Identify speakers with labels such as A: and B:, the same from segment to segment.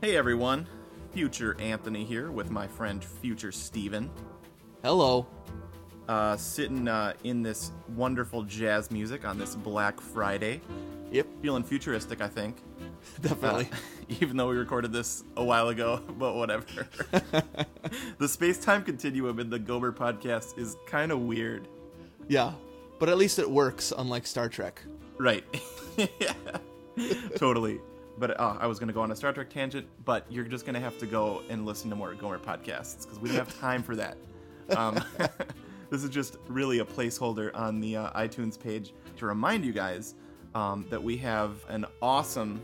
A: Hey everyone, Future Anthony here with my friend Future Steven.
B: Hello.
A: Uh, sitting uh, in this wonderful jazz music on this Black Friday.
B: Yep,
A: Feeling futuristic, I think.
B: definitely.
A: Even though we recorded this a while ago, but whatever. the space time continuum in the Gomer podcast is kind of weird.
B: yeah, but at least it works, unlike Star Trek.
A: Right. yeah. totally. But uh, I was going to go on a Star Trek tangent, but you're just going to have to go and listen to more Gomer podcasts because we don't have time for that. Um, this is just really a placeholder on the uh, iTunes page to remind you guys um, that we have an awesome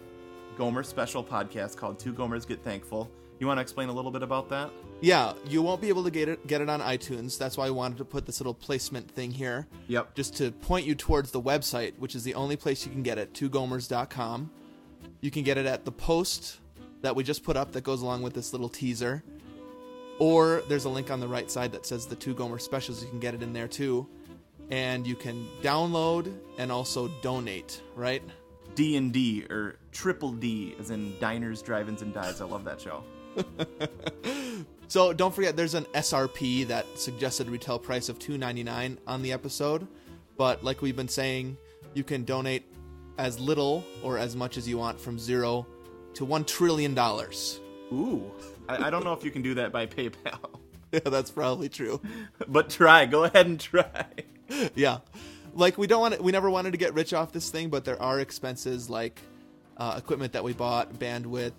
A: Gomer special podcast called Two Gomers Get Thankful. You want to explain a little bit about that?
B: Yeah, you won't be able to get it get it on iTunes. That's why I wanted to put this little placement thing here.
A: Yep.
B: Just to point you towards the website, which is the only place you can get it, twogomers.com. You can get it at the post that we just put up that goes along with this little teaser. Or there's a link on the right side that says the two Gomer specials. You can get it in there too. And you can download and also donate, right?
A: D and D or Triple D, as in Diners, Drive-ins, and Dives. I love that show.
B: So don't forget, there's an SRP that suggested retail price of two ninety nine on the episode, but like we've been saying, you can donate as little or as much as you want from zero to one trillion dollars.
A: Ooh, I, I don't know if you can do that by PayPal,
B: Yeah, that's probably true.
A: but try. Go ahead and try.
B: yeah, like we don't want to, we never wanted to get rich off this thing, but there are expenses like uh, equipment that we bought, bandwidth,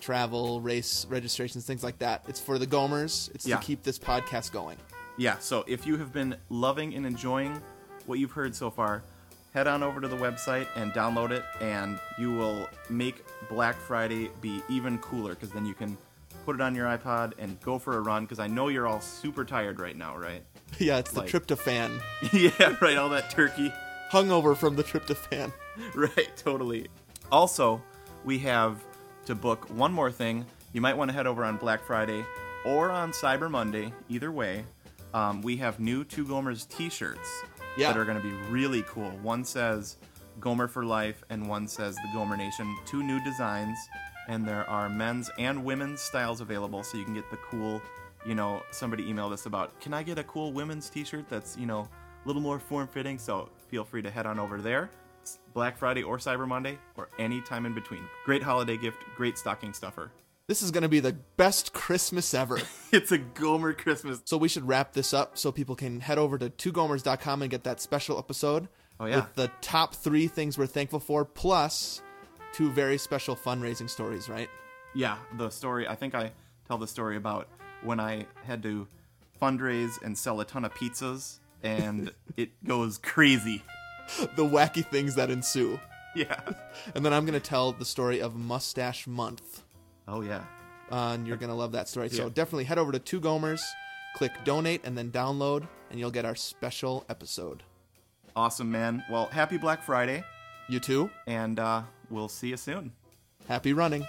B: travel, race registrations, things like that. It's for the Gomers. It's
A: Yeah.
B: to keep this podcast going.
A: Yeah. So if you have been loving and enjoying what you've heard so far, head on over to the website and download it, and you will make Black Friday be even cooler because then you can put it on your iPod and go for a run. Because I know you're all super tired right now, right?
B: yeah, it's the
A: Like-
B: tryptophan.
A: yeah, right. All that turkey.
B: hungover from the tryptophan.
A: right, totally. Also, we have to book one more thing. You might want to head over on Black Friday or on Cyber Monday. Either way, um, we have new Two Gomers T-shirts
B: Yeah.
A: that are going to be really cool. One says "Gomer for Life" and one says "The Gomer Nation." Two new designs, and there are men's and women's styles available, so you can get the cool. You know, somebody emailed us about, can I get a cool women's T-shirt that's you know a little more form-fitting? So feel free to head on over there. Black Friday or Cyber Monday or any time in between. Great holiday gift, great stocking stuffer.
B: This is going to be the best Christmas ever.
A: It's a Gomer Christmas.
B: so we should wrap this up so people can head over to twogomers.com and get that special episode
A: Oh, yeah.
B: with the top three things we're thankful for, plus two very special fundraising stories, right?
A: Yeah, the story, I think I tell the story about when I had to fundraise and sell a ton of pizzas and it goes crazy.
B: The wacky things that ensue.
A: Yeah.
B: And then I'm going to tell the story of Mustache Month.
A: Oh, yeah.
B: Uh, and you're going to love that story.
A: Yeah.
B: So definitely head over to Two Gomers, click donate, and then download, and you'll get our special episode.
A: Awesome, man. Well, happy Black Friday
B: You too,
A: and uh, we'll see you soon.
B: happy running.